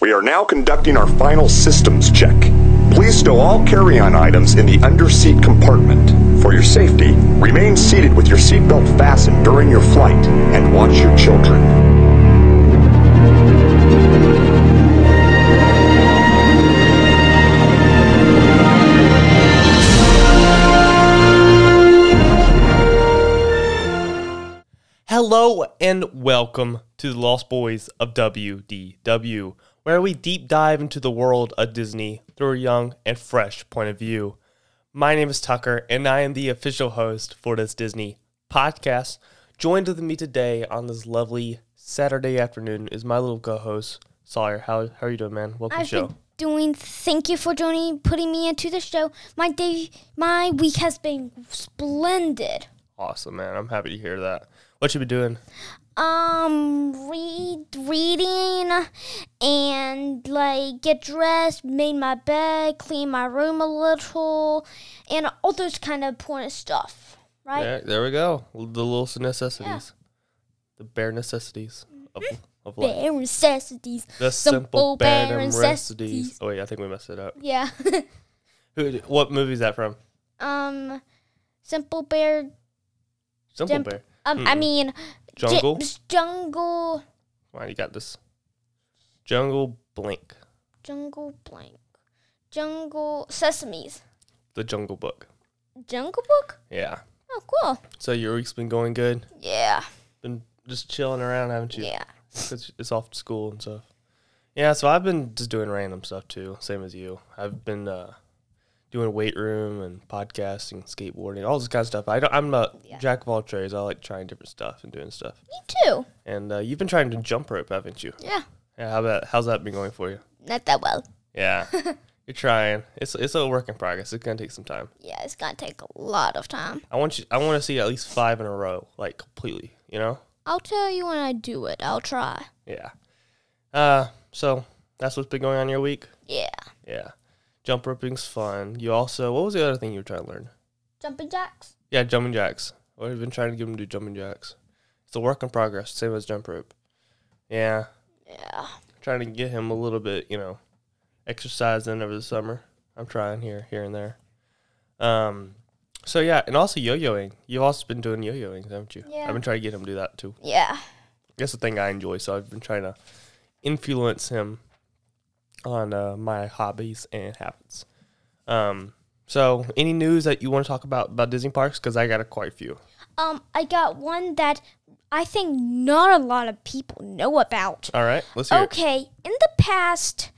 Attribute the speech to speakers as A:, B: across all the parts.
A: We are now conducting our final systems check. Please stow all carry-on items in the under-seat compartment. For your safety, remain seated with your seatbelt fastened during your flight and watch your children.
B: Hello and welcome to the Lost Boys of WDW, where we deep dive into the world of Disney through a young and fresh point of view. My name is Tucker, and I am the official host for this Disney podcast. Joined with me today on this lovely Saturday afternoon is my little co-host Sawyer. How how are you doing, man? Welcome to the
C: I've
B: show.
C: been doing. Thank you for joining, putting me into the show. My day, my week has been splendid.
B: Awesome, man. I'm happy to hear that. What you been doing?
C: Um, read, reading, and like get dressed, made my bed, clean my room a little, and all those kind of important stuff. Right?
B: There, there we go. The little necessities, the bare necessities of, of life.
C: Bare necessities.
B: The
C: Simple
B: simple bare
C: Bare
B: necessities.
C: Necessities.
B: Oh wait, I think we messed it up.
C: Yeah.
B: Who? What movie is that from?
C: um, simple bear.
B: Simple
C: Simp-
B: Bear.
C: Um, I mean, j-
B: Hmm. Jungle.
C: jungle.
B: Come on, you got this. Jungle Blink,
C: Jungle blank. Jungle Sesame's.
B: the Jungle Book.
C: Jungle Book?
B: Yeah.
C: Oh, cool.
B: So your week's been going good.
C: Yeah.
B: Been just chilling around, haven't you?
C: Yeah.
B: 'Cause it's off to school and stuff. Yeah. So I've been just doing random stuff too, same as you. I've been uh, doing weight room and podcasting, skateboarding, all this kind of stuff. I don't. I'm not jack of all trades. I like trying different stuff and doing stuff.
C: Me too.
B: And uh, you've been trying to jump rope, haven't you?
C: Yeah.
B: Yeah, how about how's that been going for you?
C: Not that well.
B: Yeah, you're trying. It's it's a work in progress. It's gonna take some time.
C: Yeah, it's gonna take a lot of time.
B: I want you. I want to see at least five in a row, like completely. You know?
C: I'll tell you when I do it. I'll try.
B: Yeah. Uh, so that's what's been going on your week.
C: Yeah.
B: Yeah, jump roping's fun. You also, what was the other thing you were trying to learn?
C: Jumping jacks?
B: Yeah, jumping jacks. What have you been trying to give them to do jumping jacks? It's a work in progress, same as jump rope. Yeah,
C: Yeah.
B: trying to get him a little bit, you know, exercise in over the summer. I'm trying here, here and there. Um, so yeah, and also yo-yoing. You've also been doing yo-yoing, haven't you?
C: Yeah.
B: I've been trying to get him to do that too.
C: Yeah.
B: That's the thing I enjoy, so I've been trying to influence him on uh, my hobbies and habits. Um, so any news that you want to talk about about Disney parks? Because I got a quite a few.
C: Um, I got one that I think not a lot of people know about.
B: All right, let's hear. it.
C: Okay, in the past,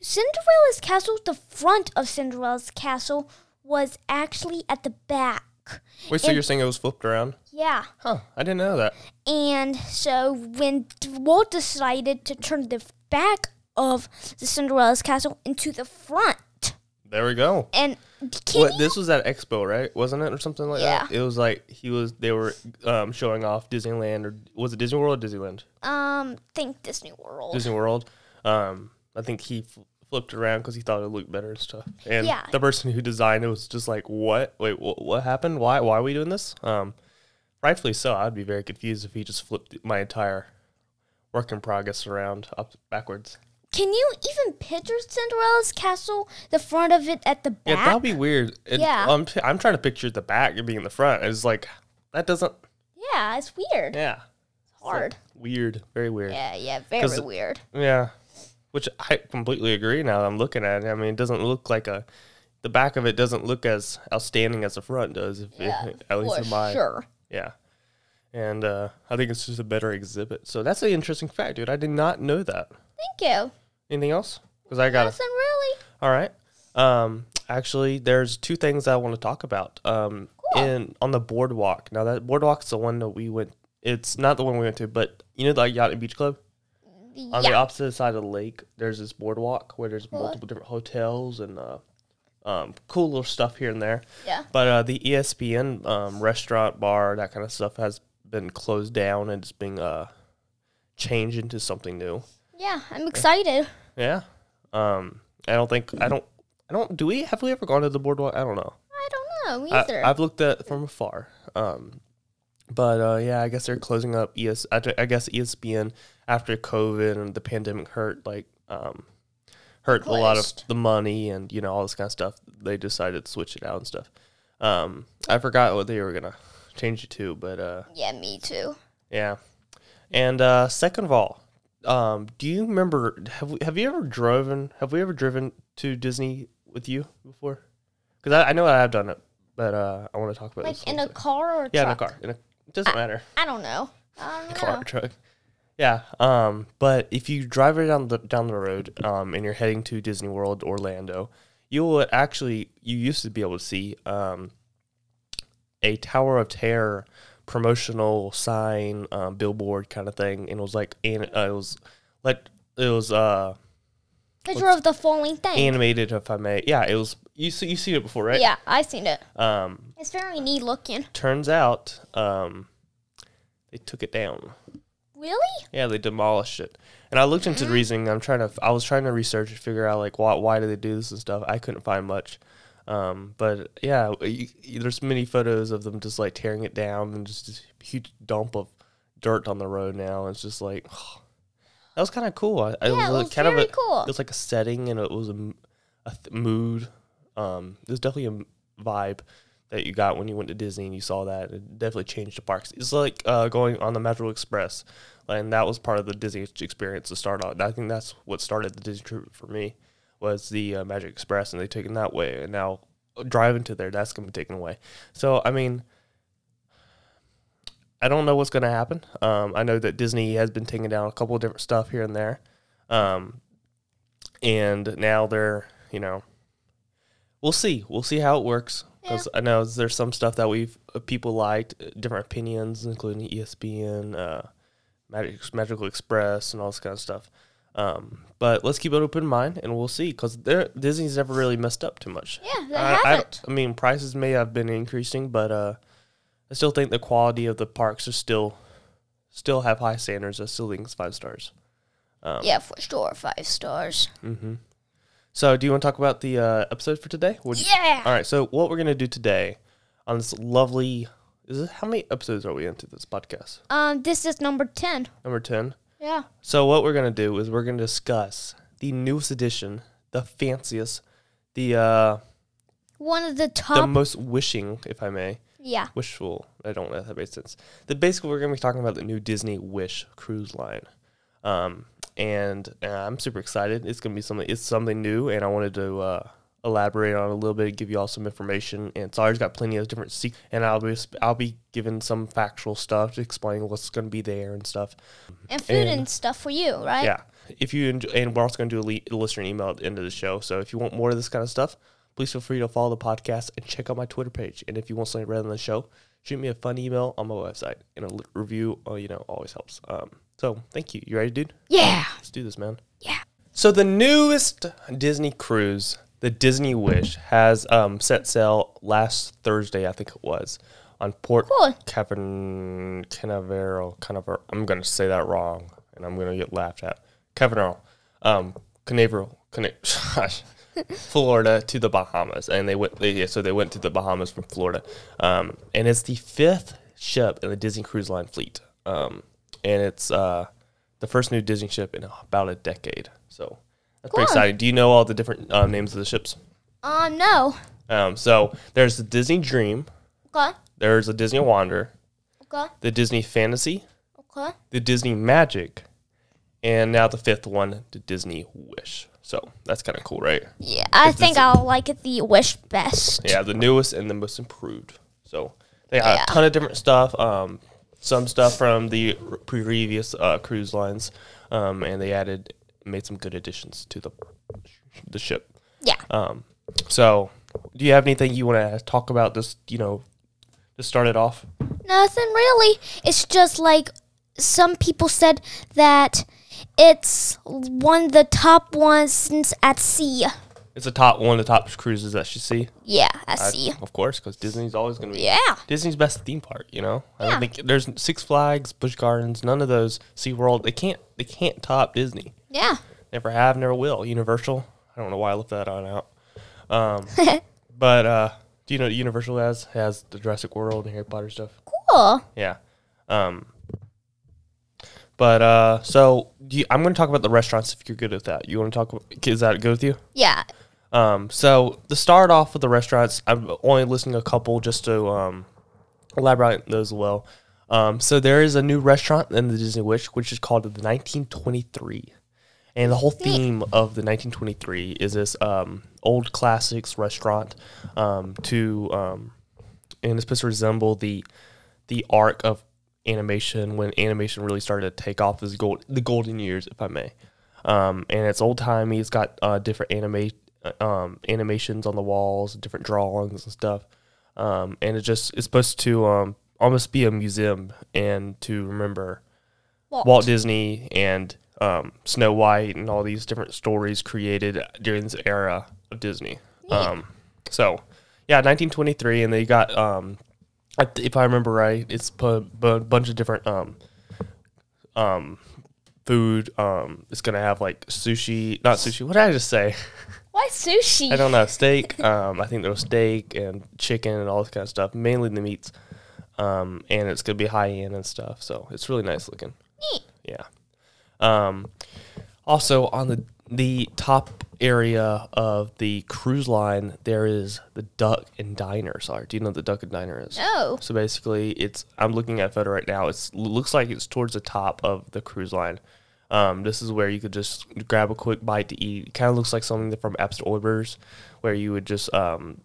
C: Cinderella's castle, the front of Cinderella's castle, was actually at the back.
B: Wait, so you're saying it was flipped around?
C: Yeah.
B: Huh? I didn't know that.
C: And so when Walt decided to turn the back of the Cinderella's castle into the front,
B: There we go.
C: and can
B: What,
C: you-
B: this was at Expo, right? Wasn't it or something like that? It was like he was. They were um, showing off Disneyland or was it Disney World? or Disneyland,
C: um think Disney World.
B: Disney World. Um, I think he fl- flipped around because he thought it looked better and stuff. And
C: Yeah.
B: the person who designed it was just like, "What? Wait, wh- what happened? Why? Why are we doing this?" Um, rightfully so. I'd be very confused if he just flipped my entire work in progress around up backwards.
C: Can you even picture Cinderella's castle, the front of it at the
B: Yeah,
C: back?
B: that would be weird. And
C: Yeah.
B: I'm, I'm trying to picture the back and being the front. It's like that doesn't.
C: Yeah, it's weird.
B: Yeah.
C: Hard.
B: Weird, very weird. Yeah.
C: Yeah, yeah,
B: 'Cause
C: very
B: it-
C: weird.
B: Which I completely agree now. that I'm looking at it. I mean, it doesn't look like a the back of it doesn't look as outstanding as the front does. If
C: Yeah,
B: it, at least
C: for
B: in my
C: sure.
B: yeah. And uh, I think it's just a better exhibit. So that's an interesting fact, dude. I did not know that.
C: Thank you.
B: Anything else? Because I got a
C: Listen, really?
B: All right. Um, actually, there's two things I want to talk about. Um, in on the boardwalk. Now that boardwalk's the one that we went. It's not the one we went to, but you know, the yacht and beach club on the
C: Yeah.
B: opposite side of the lake. There's this boardwalk where there's multiple different hotels and uh, um, cool little stuff here and there.
C: Yeah.
B: But uh, the ESPN um, restaurant, bar, that kind of stuff has been closed down and it's being uh, changed into something new.
C: Yeah, I'm excited.
B: Yeah. Um, I don't think I don't I don't do we have we ever gone to the boardwalk? I don't know.
C: I don't know either.
B: I, I've looked at from afar. Um, but uh, yeah, E I guess they're closing up ES. I, d- I guess ESPN after COVID and the pandemic hurt. Like um, hurt a lot of
C: Request.
B: the money and you know all this kind of stuff. They decided to switch it out and stuff. Um, I forgot what they were gonna change it to, but uh,
C: Yeah, me too.
B: yeah. And uh, second of all, um, do you remember? Have we, have you ever driven? Have we ever driven to Disney with you before? Because I, I know I have done it, but uh, I want to talk about
C: Like
B: this
C: in
B: one
C: a car or a
B: yeah, in
C: truck?
B: a car. In a, it doesn't matter.
C: I don't know. I don't
B: Car,
C: know.
B: truck. Yeah. Um, but if you drive right down the down the road, um, and you're heading to Disney World Orlando, you will actually you used to be able to see um a Tower of Terror promotional sign, um, billboard kind of thing, and it was like and uh, it was like it was uh
C: Picture of the falling thing.
B: animated if I may. Yeah, it was you see you seen it before, right?
C: Yeah, I've seen it.
B: Um
C: It's very neat looking.
B: turns out um they took it down.
C: Really?
B: Yeah, they demolished it. And I looked
C: Mm-hmm.
B: into the reasoning. I'm trying to. I was trying to research and figure out like why why do they do this and stuff. I couldn't find much. Um, but yeah, you, you- there's many photos of them just like tearing it down and just this huge dump of dirt on the road now. It's just like that was kind of cool. I, it
C: Yeah,
B: was,
C: it
B: like,
C: was
B: kind of
C: very
B: a-
C: cool.
B: It was like a setting and it was a, m- a th- mood. Um, it was definitely a m- vibe that you got when you went to Disney and you saw that. It definitely changed the parks. It's like uh, going on the Metro Express, and that was part of the Disney ex- experience to start out. I think that's what started the Disney trip for me was the uh, Magic Express, and they took it that way. And now uh, driving to there, that's gonna be taken away. So I mean. I don't know what's going to happen. Um, I know that Disney has been taking down a couple of different stuff here and there, um, and now they're you know, we'll see, we'll see how it works because I know there's some stuff that we've uh, people liked, uh, different opinions, including E ESPN, uh, Magic, Magical Express, and all this kind of stuff. Um, but let's keep an open mind and we'll see because Disney's never really messed up too much.
C: Yeah, they
B: I, I-
C: haven't.
B: I mean, prices may have been increasing, but uh, I still think the quality of the parks are still still have high standards. I still think it's five stars. Oh. Um,
C: yeah, for sure. Five stars.
B: mm-hmm. So, do you want to talk about the uh, episode for today? Would you-
C: Yeah.
B: All right. So, what we're gonna do today on this lovely is this, how many episodes are we into this podcast?
C: Um, this is number ten.
B: Number ten.
C: Yeah.
B: So, what we're gonna do is we're gonna discuss the newest edition, the fanciest, the uh,
C: One of the top.
B: the most wishing, if I may,
C: yeah.
B: wishful. I don't know if that makes sense. The basically we're gonna be talking about the new Disney Wish cruise line, um, and uh, I'm super excited. It's gonna be something. It's something new, and I wanted to uh, elaborate on it a little bit, give you all some information. And Sarge got plenty of different sec- and I'll be sp- I'll be giving some factual stuff, explaining what's gonna be there and stuff.
C: And food
B: and-
C: and, stuff for you, right?
B: Yeah. If you enjoy, and we're also going to do a, le- a listener email at the end of the show. So if you want more of this kind of stuff, please feel free to follow the podcast and check out my Twitter page. And if you want something read on the show, shoot me a fun email on my website. And a li- review, uh, you know, always helps. Um, so thank you. You ready, dude?
C: Yeah.
B: Let's do this, man.
C: Yeah.
B: So the newest Disney cruise, the Disney Wish, has um, set sail last Thursday, I think it was, on Port
C: Cool.
B: Cavern Canaveral. Canaveral. I'm gonna say that wrong, and I'm gonna get laughed at. Canaveral, um, Canaveral, Cana- gosh, Florida to the Bahamas, and they went. They, yeah, so they went to the Bahamas from Florida, um, and it's the fifth ship in the Disney Cruise Line fleet, um, and it's uh, the first new Disney ship in about a decade. So that's pretty
C: Cool.
B: exciting. Do you know all the different um, names of the ships?
C: Um, no.
B: Um, so there's the Disney Dream,
C: Okay.
B: there's the Disney Wander,
C: Okay.
B: the Disney Fantasy,
C: Okay.
B: the Disney Magic, and now the fifth one, the Disney Wish. So that's kind of cool, right?
C: Yeah, I think I'll like it the wish best.
B: Yeah, the newest and the most improved. So they got a ton of different stuff. Um, some stuff from the r- previous uh, cruise lines, um, and they added made some good additions to the the ship.
C: Yeah.
B: Um, so do you have anything you want to talk about? This you know, to start it off.
C: Nothing really. It's just like some people said that it's one of the top ones since at sea.
B: It's the top one of the top cruises that you see.
C: Yeah, at sea.
B: Of course, because Disney's always going to be.
C: Yeah.
B: Disney's best theme park, you know. I
C: Yeah.
B: don't think there's Six Flags, Busch Gardens, none of those. SeaWorld, they can't they can't top Disney.
C: Yeah.
B: Never have, never will. Universal. I don't know why I left that on out. Um, but uh, do you know what Universal has has the Jurassic World and Harry Potter stuff?
C: Cool.
B: Yeah. Um, But uh, so do you, I'm going to talk about the restaurants if you're good with that. You want to talk? ab- Is that good with you?
C: Yeah.
B: Um, so to start off with the restaurants, I'm only listing a couple just to um, elaborate on those as well. Um, so there is a new restaurant in the Disney Wish, which is called the 1923, and the whole theme of the 1923 is this um, old classics restaurant um, to um, and it's supposed to resemble the the arc of animation when animation really started to take off as gold the golden years, if I may. Um, and it's old timey. It's got uh, different anime uh, um, animations on the walls, different drawings and stuff. Um, and it just it's supposed to um, almost be a museum and to remember
C: Walt.
B: Walt Disney and um, Snow White and all these different stories created during this era of Disney. Um, so, yeah, 1923, and they got, um, I th- if I remember right, it's a bunch of different um, um, food. Um, it's gonna have like sushi, not sushi. What did I just say?
C: Why sushi?
B: I don't know. Steak. Um, I think there was steak and chicken and all this kind of stuff, mainly the meats. Um, and it's gonna be high end and stuff, so it's really nice looking. Yeah. Um, also on the the top area of the cruise line, there is the Duck and Diner. Sorry, do you know what the Duck and Diner is?
C: No.
B: So basically, it's I'm looking at a photo right now. It looks like it's towards the top of the cruise line. Um, this is where you could just grab a quick bite to eat. It kind of looks like something from Absent Orbers, where you would just um,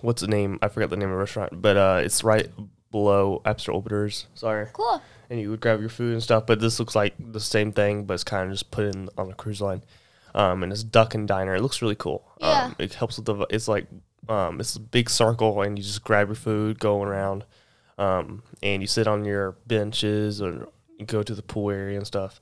B: what's the name? I forgot the name of the restaurant, but uh, it's right below Absent Orbiters. Sorry
C: Cool.
B: and you would grab your food and stuff. But this looks like the same thing, but it's kind of just put in on the cruise line. Um, and it's duck and diner. It looks really cool.
C: Yeah.
B: Um, it helps with the. It's like um, it's a big circle, and you just grab your food, go around, um, and you sit on your benches or you go to the pool area and stuff.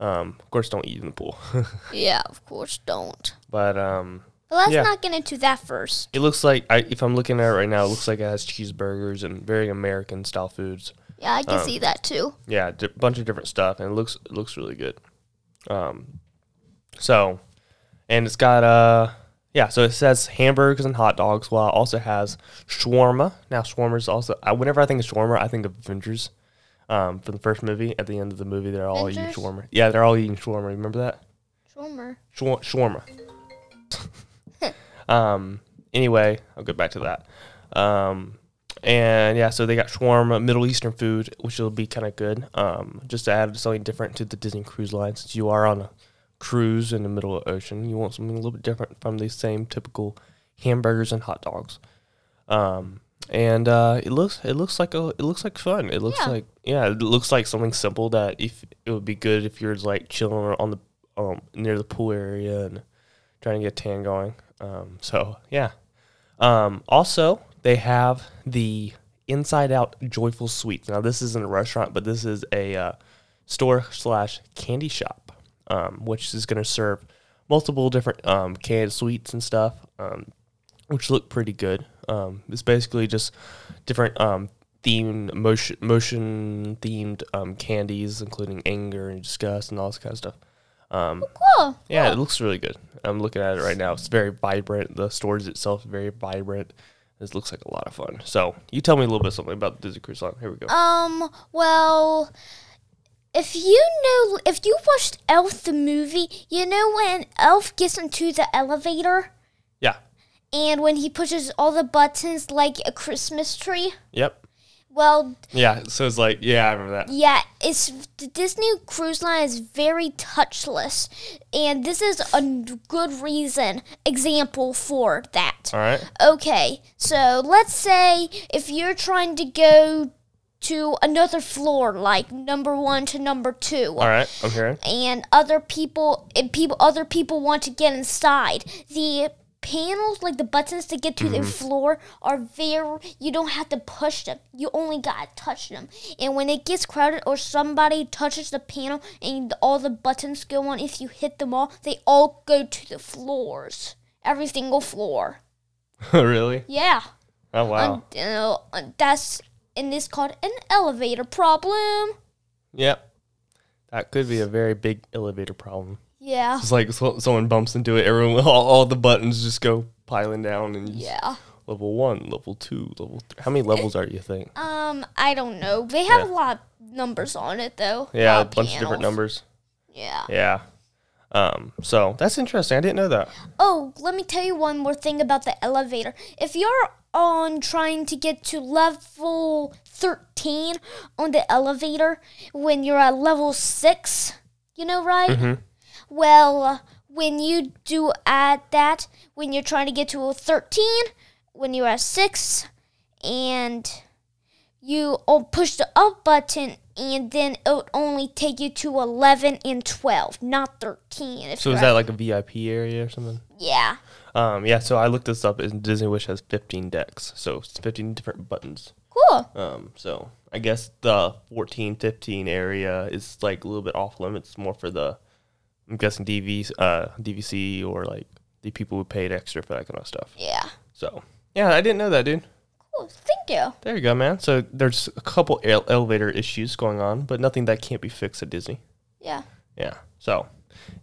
B: Um, of course, don't eat in the pool,
C: Yeah, of course, don't.
B: but um,
C: But let's
B: Yeah.
C: not get into that first.
B: it looks like I, if I'm looking at it right now, it looks like it has cheeseburgers and very American style foods.
C: Yeah, I
B: Oh.
C: can see that too.
B: yeah, a bunch of different stuff, and it looks it looks really good. Um, so, and it's got uh yeah, so it says hamburgers and hot dogs, while it also has shawarma. Now shawarma is also I, whenever I think of shawarma, I think of Avengers. Um, from the first movie, at the end of the movie, they're all
C: Avengers?
B: eating shawarma. Yeah, they're all eating shawarma. Remember that?
C: Drummer.
B: Shwa- shawarma. um. Anyway, I'll get back to that. Um. And yeah, so they got shawarma, Middle Eastern food, which will be kind of good. Um, just to add something different to the Disney Cruise Line, since you are on a cruise in the middle of the ocean, you want something a little bit different from these same typical hamburgers and hot dogs. Um, and uh, it looks it looks like a it looks like fun. It looks
C: Yeah.
B: like yeah, it looks like something simple that if it would be good if you're like chilling on the um near the pool area and trying to get tan going. Um, so yeah. Um, also they have the Inside Out Joyful Sweets. Now this isn't a restaurant, but this is a uh, store slash candy shop, um, which is going to serve multiple different um, canned sweets and stuff. Um, which look pretty good. Um, it's basically just different um, themed motion motion themed um, candies, including anger and disgust and all this kind of stuff. Um,
C: Cool.
B: yeah, it looks really good. I'm looking at it right now. It's very vibrant. The stores itself is very vibrant. This looks like a lot of fun. So you tell me a little bit something about the Disney Cruise Line. Here we go.
C: Um, well, if you know, if you watched Elf the movie, you know when Elf gets into the elevator
B: yeah.
C: and when he pushes all the buttons like a Christmas tree?
B: Yep.
C: Well,
B: Yeah. So it's like yeah, I remember that.
C: yeah, it's the Disney Cruise Line is very touchless, and this is a n- good reason example for that.
B: All right.
C: Okay, so let's say if you're trying to go to another floor, like number one to number two,
B: All right. I'm hearing.
C: and other people, and people, other people want to get inside the panels, like the buttons to get to the floor, are very. You don't have to push them. You only gotta touch them. And when it gets crowded or somebody touches the panel and all the buttons go on, if you hit them all, they all go to the floors. Every single floor.
B: really?
C: Yeah.
B: Oh wow.
C: And, you know, and that's and it's called an elevator problem.
B: Yep. That could be a very big elevator problem.
C: Yeah.
B: It's like so, someone bumps into it, everyone, all, all the buttons just go piling down, and you just-
C: Yeah.
B: level one, level two, level three. How many levels are you think?
C: Um, I don't know. They have
B: Yeah.
C: a lot of numbers on it though.
B: Yeah, a
C: lot
B: bunch of different
C: Uh, panels.
B: numbers.
C: Yeah.
B: Yeah. Um, so that's interesting. I didn't know that.
C: Oh, let me tell you one more thing about the elevator. If you're on trying to get to level 13 on the elevator when you're at level 6, you know, right? Well, when you do at that, when you're trying to get to a 13, when you're at 6, and you o- push the up button, and then it would only take you to 11 and 12, not 13. If
B: So
C: you're
B: is
C: at-
B: that like a VIP area or something?
C: Yeah.
B: Um, yeah. So I looked this up. and Disney Wish has 15 decks, so it's 15 different buttons.
C: Cool.
B: Um, so I guess the 14, 15 area is like a little bit off limits, more for the I'm guessing DV, uh, DVC or like the people who paid extra for that kind of stuff.
C: Yeah.
B: So yeah, I didn't know that, dude.
C: Cool. Thank you.
B: There you go, man. So there's a couple ele- elevator issues going on, but nothing that can't be fixed at Disney.
C: Yeah.
B: Yeah. So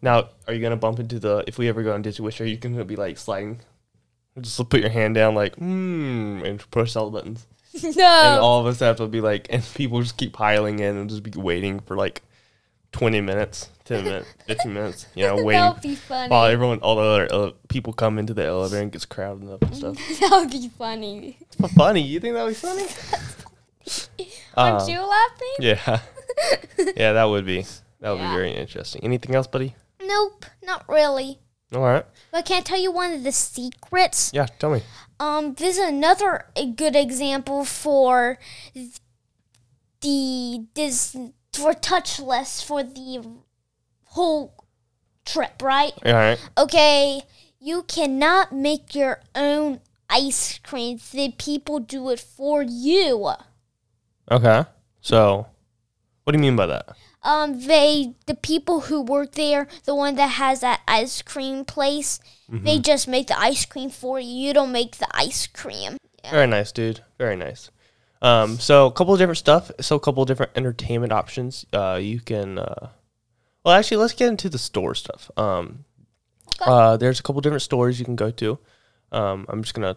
B: now, are you gonna bump into the if we ever go on Disney Wish? Are you gonna be like sliding? Just put your hand down, like hmm, and push all the buttons, and
C: no.
B: all of us have to be like, and people just keep piling in and just be waiting for like twenty minutes, ten minutes, fifteen minutes, you know, waiting.
C: That would be funny.
B: While everyone, all the other ele- people come into the elevator and gets crowded up and stuff.
C: that would be funny.
B: It's funny. You think that would be funny?
C: Aren't
B: Um,
C: you laughing?
B: Yeah. yeah, that would be. That would
C: Yeah.
B: be very interesting. Anything else, buddy?
C: Nope, not really.
B: All right.
C: But can I tell you one of the secrets?
B: Yeah, tell me.
C: Um, this is another a good example for th- the this for touchless for the whole trip, right?
B: All right.
C: Okay, you cannot make your own ice cream. The people do it for you.
B: Okay. So, what do you mean by that?
C: um they the people who work there the one that has that ice cream place they just make the ice cream for you you don't make the ice cream
B: Very nice, dude. Very nice. Um, so a couple of different stuff. So a couple of different entertainment options. Uh, you can. Uh, well, actually, let's get into the store stuff. Um, uh, there's a couple different stores you can go to. Um, I'm just gonna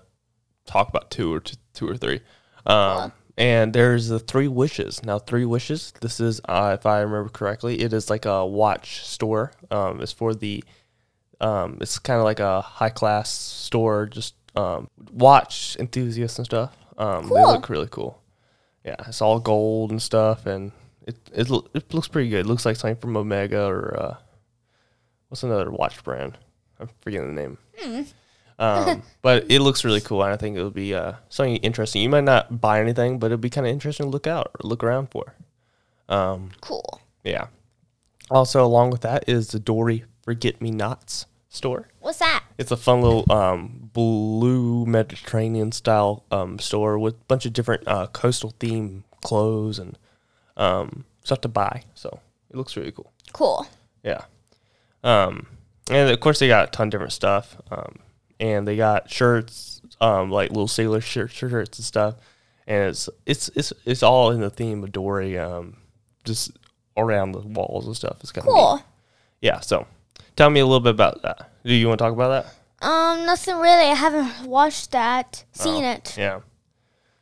B: talk about two or two, two or three. Um, and there's the three wishes. Now, three wishes. This is, uh, if I remember correctly, it is like a watch store. Um, it's for the um, it's kind of like a high class store, just um, watch enthusiasts and stuff. Um, They look really cool. Yeah, it's all gold and stuff, and it it, loo- it looks pretty good. It looks like something from Omega or uh, what's another watch brand? I'm forgetting the name. Um, but it looks really cool, and I think it'll be uh, something interesting. You might not buy anything, but it'll be kind of interesting to look out or look around for.
C: cool
B: Yeah. Also, along with that is the Dory Forget Me Nots store.
C: what's that
B: It's a fun little um, blue Mediterranean style um, store with a bunch of different uh, coastal theme clothes and um, stuff to buy. So it looks really cool.
C: cool
B: Yeah. Um, and of course, they got a ton of different stuff. Um, and they got shirts, um, like little sailor shirt, shirts and stuff. And it's it's it's it's all in the theme of Dory, um, just around the walls and stuff. It's kind of
C: cool
B: Yeah. So, tell me a little bit about that. Do you want to talk about that?
C: um nothing really i haven't watched that seen it
B: Yeah.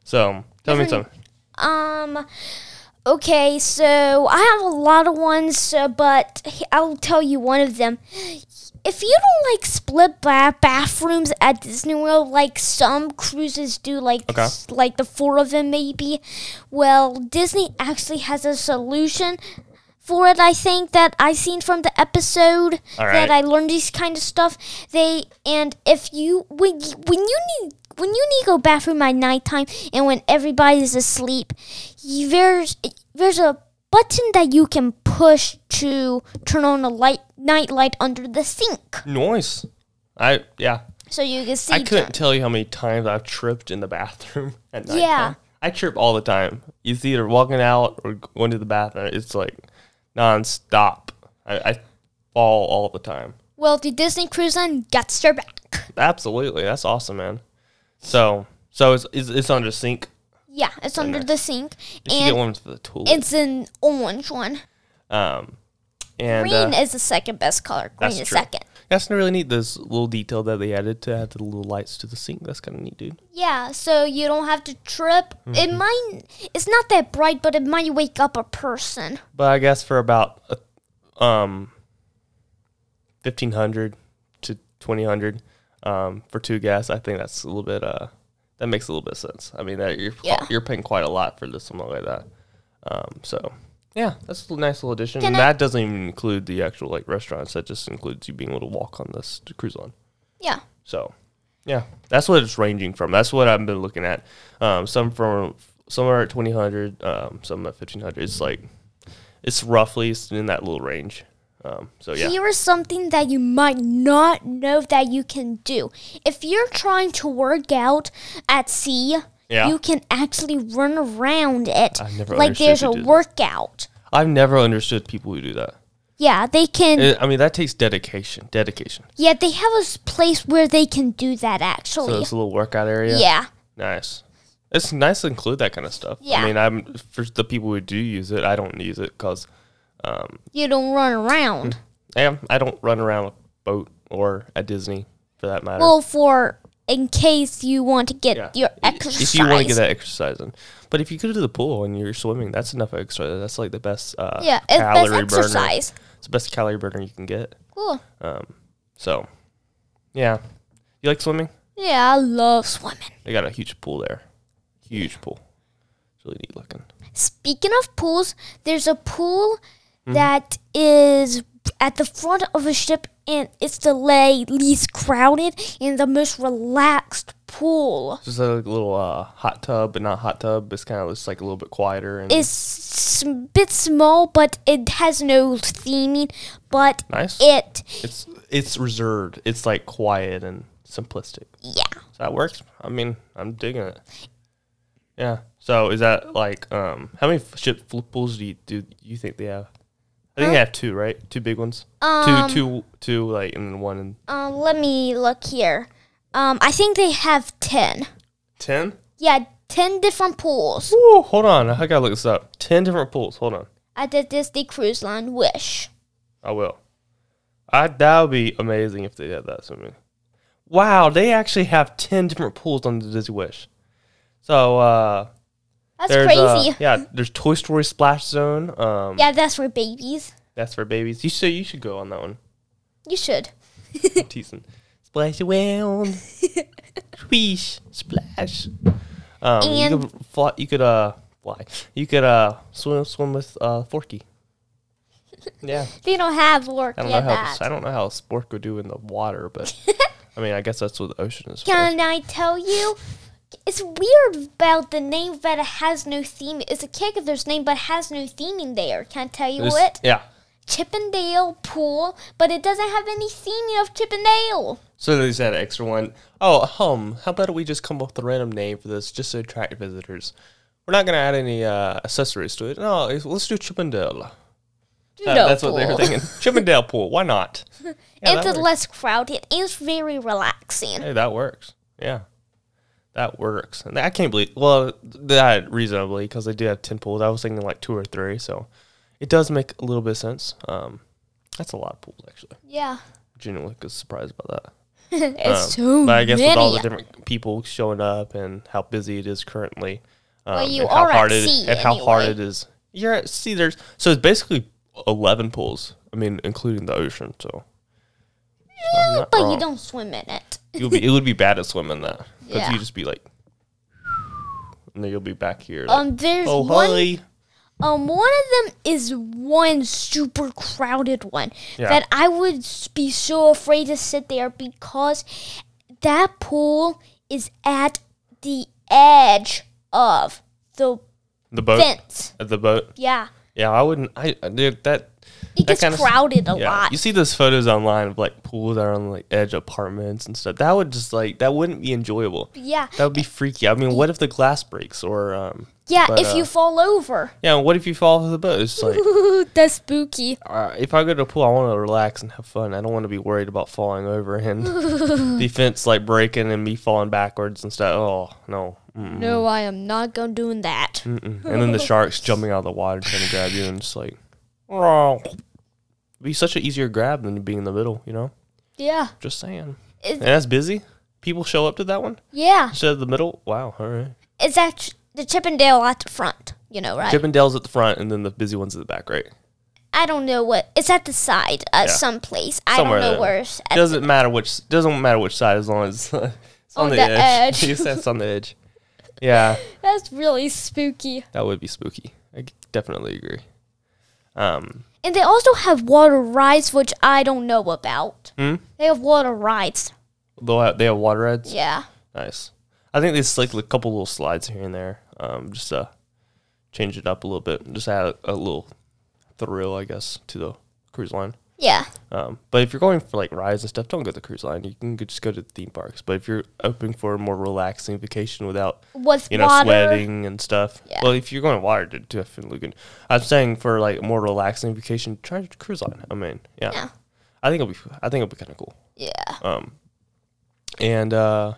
B: So tell me something.
C: um okay so i have a lot of ones uh, but he- i'll tell you one of them if you don't like split ba- bathrooms at Disney World, like some cruises do, like
B: Okay.
C: s- like the four of them maybe, well, Disney actually has a solution for it. I think that I seen from the episode
B: All right.
C: that I learned these kind of stuff. They and if you when y- when you need. When you need to go bathroom at nighttime and when everybody's asleep, y- there's there's a button that you can push to turn on the light night light under the sink
B: Noise. I yeah.
C: so you can see
B: I couldn't tell you how many times I've tripped in the bathroom at night.
C: Yeah.
B: I trip all the time. It's either walking out or going to the bathroom. It's like nonstop. I, I fall all the time.
C: well the disney cruise line gets their back
B: Absolutely. That's awesome, man. So so it's it's, it's under sink.
C: yeah it's under the sink
B: You should get
C: and
B: one for the tool.
C: it's an orange one
B: Um uh, and uh,
C: green is the second best color green
B: That's
C: is
B: true.
C: second
B: That's really neat. This little detail that they added to add the little lights to the sink. That's kind of neat, dude.
C: Yeah, so you don't have to trip. It
B: Mm-hmm.
C: might, it's not that bright, but it might wake up a person.
B: But I guess for about uh, um, fifteen hundred to twenty hundred um, for two gas, I think that's a little bit. Uh, that makes a little bit of sense. I mean, that you're
C: Yeah.
B: you're paying quite a lot for this something like that. Um, so yeah, that's a nice little addition.
C: Can
B: and
C: I-
B: that doesn't even include the actual like restaurants. That just includes you being able to walk on this to cruise on.
C: Yeah.
B: So, yeah, that's what it's ranging from. That's what I've been looking at. Um, some from some are at twenty hundred, um, some at fifteen hundred. It's like it's roughly it's in that little range. Um, so yeah,
C: Here is something that you might not know that you can do. If you're trying to work out at sea,
B: Yeah.
C: you can actually run around it.
B: I've never
C: like
B: understood
C: there's
B: who
C: a
B: did that.
C: workout.
B: I've never understood people who do that.
C: Yeah, they can.
B: It- I mean, that takes dedication. Dedication.
C: yeah, they have a s- place where they can do that
B: So
C: actually.
B: it's a little workout area.
C: Oh, yeah.
B: Nice. It's nice to include that kind of stuff.
C: Yeah.
B: I mean, I'm for the people who do use it. I don't use it because
C: You don't run around.
B: Hmm. I I don't run around a boat or at Disney for that matter.
C: Well, for in case you want to get
B: Yeah.
C: your
B: I-
C: exercise.
B: If you want to get that exercise in. But if you go to the pool and you're swimming, that's enough exercise. That's like the best uh,
C: Yeah, it's best
B: calorie burner.
C: exercise.
B: It's the best calorie burner you can get.
C: Cool.
B: So, yeah. You like swimming?
C: Yeah, I love swimming.
B: They got a huge pool there. Huge pool. It's really neat looking.
C: Speaking of pools, there's a pool
B: Mm-hmm.
C: that is at the front of a ship and it's the le- least crowded and the most relaxed pool.
B: It's just a little uh, hot tub, but not hot tub. It's kind of just like a little bit quieter. and
C: It's a bit small, but it has no theming, but
B: Nice.
C: it,
B: It's it's reserved. It's like quiet and simplistic.
C: yeah.
B: So that works. I mean, I'm digging it. Yeah. So is that like um how many f- ship flip pools do you do you think they have? I think they have two, right? Two big ones. Um, two, two, two, like, and then one and
C: Um, let me look here. Um, I think they have 10.
B: ten.
C: Yeah, 10 different pools
B: Ooh, hold on, I gotta look this up. Ten different pools. Hold on,
C: at the Disney Cruise Line Wish.
B: I will. I that would be amazing if they had that so many. Wow, they actually have ten different pools on the Disney Wish. So uh,
C: That's
B: there's uh,
C: crazy.
B: yeah, there's Toy Story Splash Zone. Um,
C: yeah, that's for babies.
B: That's for babies. You should you should go on that one.
C: You should.
B: I'm teasing. Splash around. Swish. Splash. Um, you
C: And-
B: could fly. You could uh fly. You could uh swim swim with uh Forky. Yeah,
C: They don't have work
B: I don't
C: yet. uh,
B: know how
C: that.
B: I don't know how a spork would do in the water, but I mean I guess that's what the ocean is. for.
C: Can I tell you? It's weird about the name that it has no theme. It's a character's name, but has no theming there. Can I tell you
B: It's-
C: what?
B: Yeah.
C: Chippendale Pool, but it doesn't have any theming of Chippendale.
B: So there's that extra one. Oh, hum. How about we just come up with a random name for this just to attract visitors? We're not gonna add any uh, accessories to it. No, it's- let's do Chippendale. That-
C: No
B: Uh, that's what they were
C: pool.
B: thinking. Chippendale pool. Why not? Yeah,
C: it's
B: that, works.
C: less crowded. and It's very relaxing.
B: hey, that works. Yeah, that works. And I can't believe. Well, that reasonably because they do have ten pools. I was thinking like two or three, so it does make a little bit of sense. Um, that's a lot of pools actually.
C: Yeah,
B: Genuinely was surprised by that.
C: it's so
B: uh, But I guess with all the
C: many.
B: different people showing up and how busy it is currently, um,
C: you
B: and
C: are
B: how
C: at
B: hard it,
C: sea
B: and how hard it
C: anyway.
B: is. You're at sea. There's so it's basically eleven pools. I mean, including the ocean. So I'm not
C: but
B: wrong.
C: you don't swim in it.
B: You'll be it would be bad at swimming that because
C: Yeah.
B: you just be like, and then you'll be back here. Like,
C: Um, there's
B: oh
C: one.
B: hi,
C: Um, one of them is one super crowded one
B: Yeah.
C: that I would s- be so afraid to sit there because that pool is at the edge of the
B: the boat
C: fence.
B: at the boat.
C: Yeah,
B: Yeah, I wouldn't. I I- dude, that
C: it
B: That
C: gets
B: kinda s-
C: crowded a
B: yeah.
C: lot.
B: You see those photos online of like pools that are on like edge apartments and stuff. That would just like that wouldn't be enjoyable.
C: yeah,
B: That would be freaky. I mean, what if the glass breaks or um
C: yeah.
B: but,
C: if
B: uh,
C: you fall over,
B: yeah, what if you fall off the boat? It's like
C: that's spooky.
B: uh, if I go to a pool, I want to relax and have fun. I don't want to be worried about falling over and the fence like breaking and me falling backwards and stuff. Oh no! Mm-mm.
C: No, I am not going to doing that.
B: And then the sharks jumping out of the water trying to grab you and just like, oh. It'd be such an easier grab than being in the middle, you know.
C: Yeah.
B: Just saying.
C: It's-
B: and that's busy. People show up to that one
C: Yeah.
B: instead of the middle. Wow. All right.
C: It's actually the Chippendale at the front, you know, right?
B: Chippendale's at the front, and then the busy one's at the back, right?
C: I don't know what. It's at the side, uh, someplace. I
B: Somewhere
C: don't know
B: there.
C: where. It's at.
B: Doesn't matter which. Doesn't matter which side, as long as it's on,
C: On
B: the,
C: the
B: edge.
C: edge.
B: Yes, that's on the edge. Yeah,
C: That's really spooky.
B: that would be spooky. I g- definitely agree. Um,
C: And they also have water rides, which I don't know about.
B: Hmm?
C: They have water rides.
B: they'll have, uh, they have water rides.
C: Yeah.
B: Nice. I think there's like a couple little slides here and there, um, just to change it up a little bit, just add a, a little thrill, I guess, to the cruise line.
C: Yeah.
B: Um, but if you're going for like rides and stuff, don't go to the cruise line. You can go- just go to the theme parks. But if you're hoping for a more relaxing vacation without
C: With
B: you know
C: water.
B: sweating and stuff,
C: Yeah.
B: well, if you're going water, d- definitely good. I'm saying for like a more relaxing vacation, try the cruise line. I mean, yeah,
C: Yeah.
B: I think it'll be I think it'll be kind of cool.
C: Yeah.
B: Um, And uh,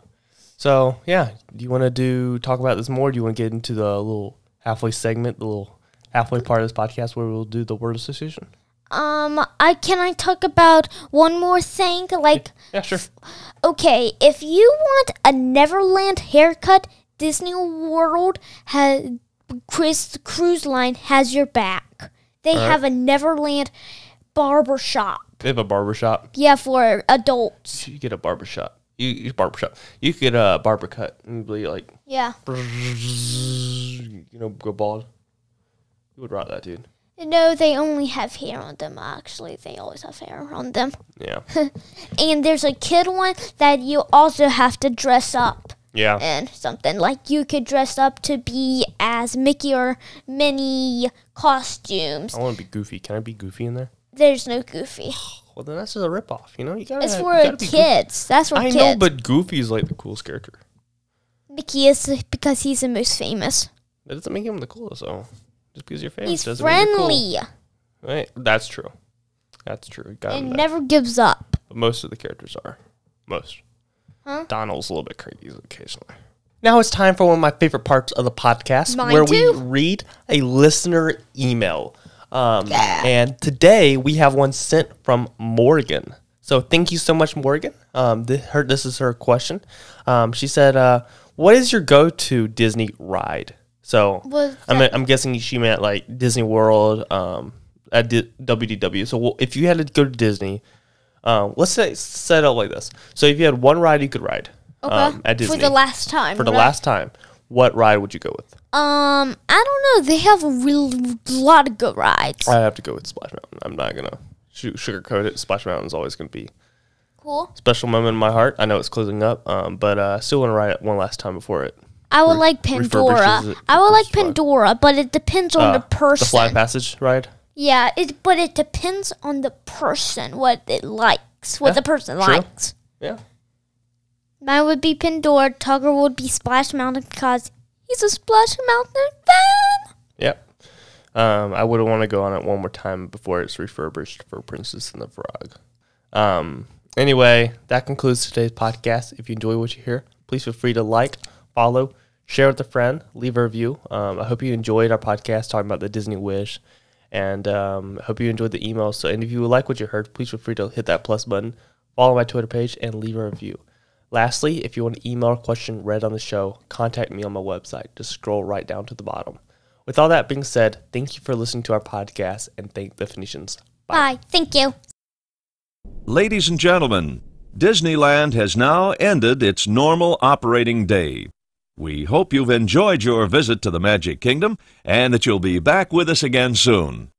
B: so, yeah, do you want to do talk about this more? Do you want to get into the little halfway segment, the little halfway part of this podcast where we'll do the word association?
C: Um. I can I talk about one more thing? Like,
B: Yeah, sure.
C: okay, if you want a Neverland haircut, Disney World has Chris Cruise Line has your back. They have a Neverland barber shop.
B: They have a barber shop.
C: Yeah, for adults.
B: You get a barber shop. You, you barber shop. You could uh, barber cut and you'd be like,
C: Yeah.
B: you know, go bald. You would rock that, dude.
C: No, they only have hair on them. Actually, they always have hair on them.
B: Yeah.
C: And there's a kid one that you also have to dress up
B: Yeah.
C: and something like you could dress up to be as Mickey or Minnie costumes.
B: I want to be goofy. Can I be goofy in there?
C: There's no Goofy.
B: Well, then that's just a ripoff. You know, you gotta.
C: It's
B: you
C: for
B: gotta be goofy.
C: kids. That's for
B: I
C: kids.
B: know, but Goofy is like the coolest character.
C: Mickey is because he's the most famous.
B: That doesn't make him the coolest, though. Just because you're famous
C: He's
B: doesn't mean
C: friendly
B: you're cool. Right? That's true. That's true. Got him
C: and
B: there.
C: never gives up.
B: but most of the characters are. Most.
C: Huh?
B: Donald's a little bit crazy occasionally. Now it's time for one of my favorite parts of the podcast
C: Mine
B: where
C: too.
B: we read a listener email. Um, And today we have one sent from Morgan. So thank you so much, Morgan. Um, thi- her, this is her question. Um, she said, uh, What is your go to Disney ride? So
C: Was
B: I'm, I'm guessing she meant like Disney World um, at D- WDW. So wh- if you had to go to Disney, um, let's say set it up like this. So if you had one ride you could ride um, at Disney
C: for the last time.
B: for the
C: right?
B: last time, what ride would you go with?
C: Um, I don't know. They have a real lot of good rides.
B: I'd have to go with Splash Mountain. I'm not gonna shoot, sugarcoat it. Splash Mountain's always gonna be
C: Cool.
B: special moment in my heart. I know it's closing up, um, but uh, I still want to ride it one last time before it.
C: I would like
B: refurbishes
C: Pandora.
B: it,
C: I would like
B: refurbishes the ride.
C: Pandora, but it depends on
B: Uh,
C: the person.
B: the Fly Passage ride.
C: yeah, it but it depends on the person what it likes, what
B: Yeah,
C: the person
B: true.
C: likes.
B: Yeah.
C: Mine would be Pandora. Tugger would be Splash Mountain because he's a Splash Mountain fan.
B: Yep. Um, I would want to go on it one more time before it's refurbished for Princess and the Frog. Um, anyway, that concludes today's podcast. If you enjoy what you hear, please feel free to like, follow, share with a friend, leave a review. Um, I hope you enjoyed our podcast talking about the Disney Wish. And um, I hope you enjoyed the email. So, and if you like what you heard, please feel free to hit that plus button, follow my Twitter page, and leave a review. Lastly, if you want to email a question read on the show, contact me on my website. Just scroll right down to the bottom. With all that being said, thank you for listening to our podcast and thank the Phoenicians.
C: Bye. Thank you.
D: Ladies and gentlemen, Disneyland has now ended its normal operating day. We hope you've enjoyed your visit to the Magic Kingdom and that you'll be back with us again soon.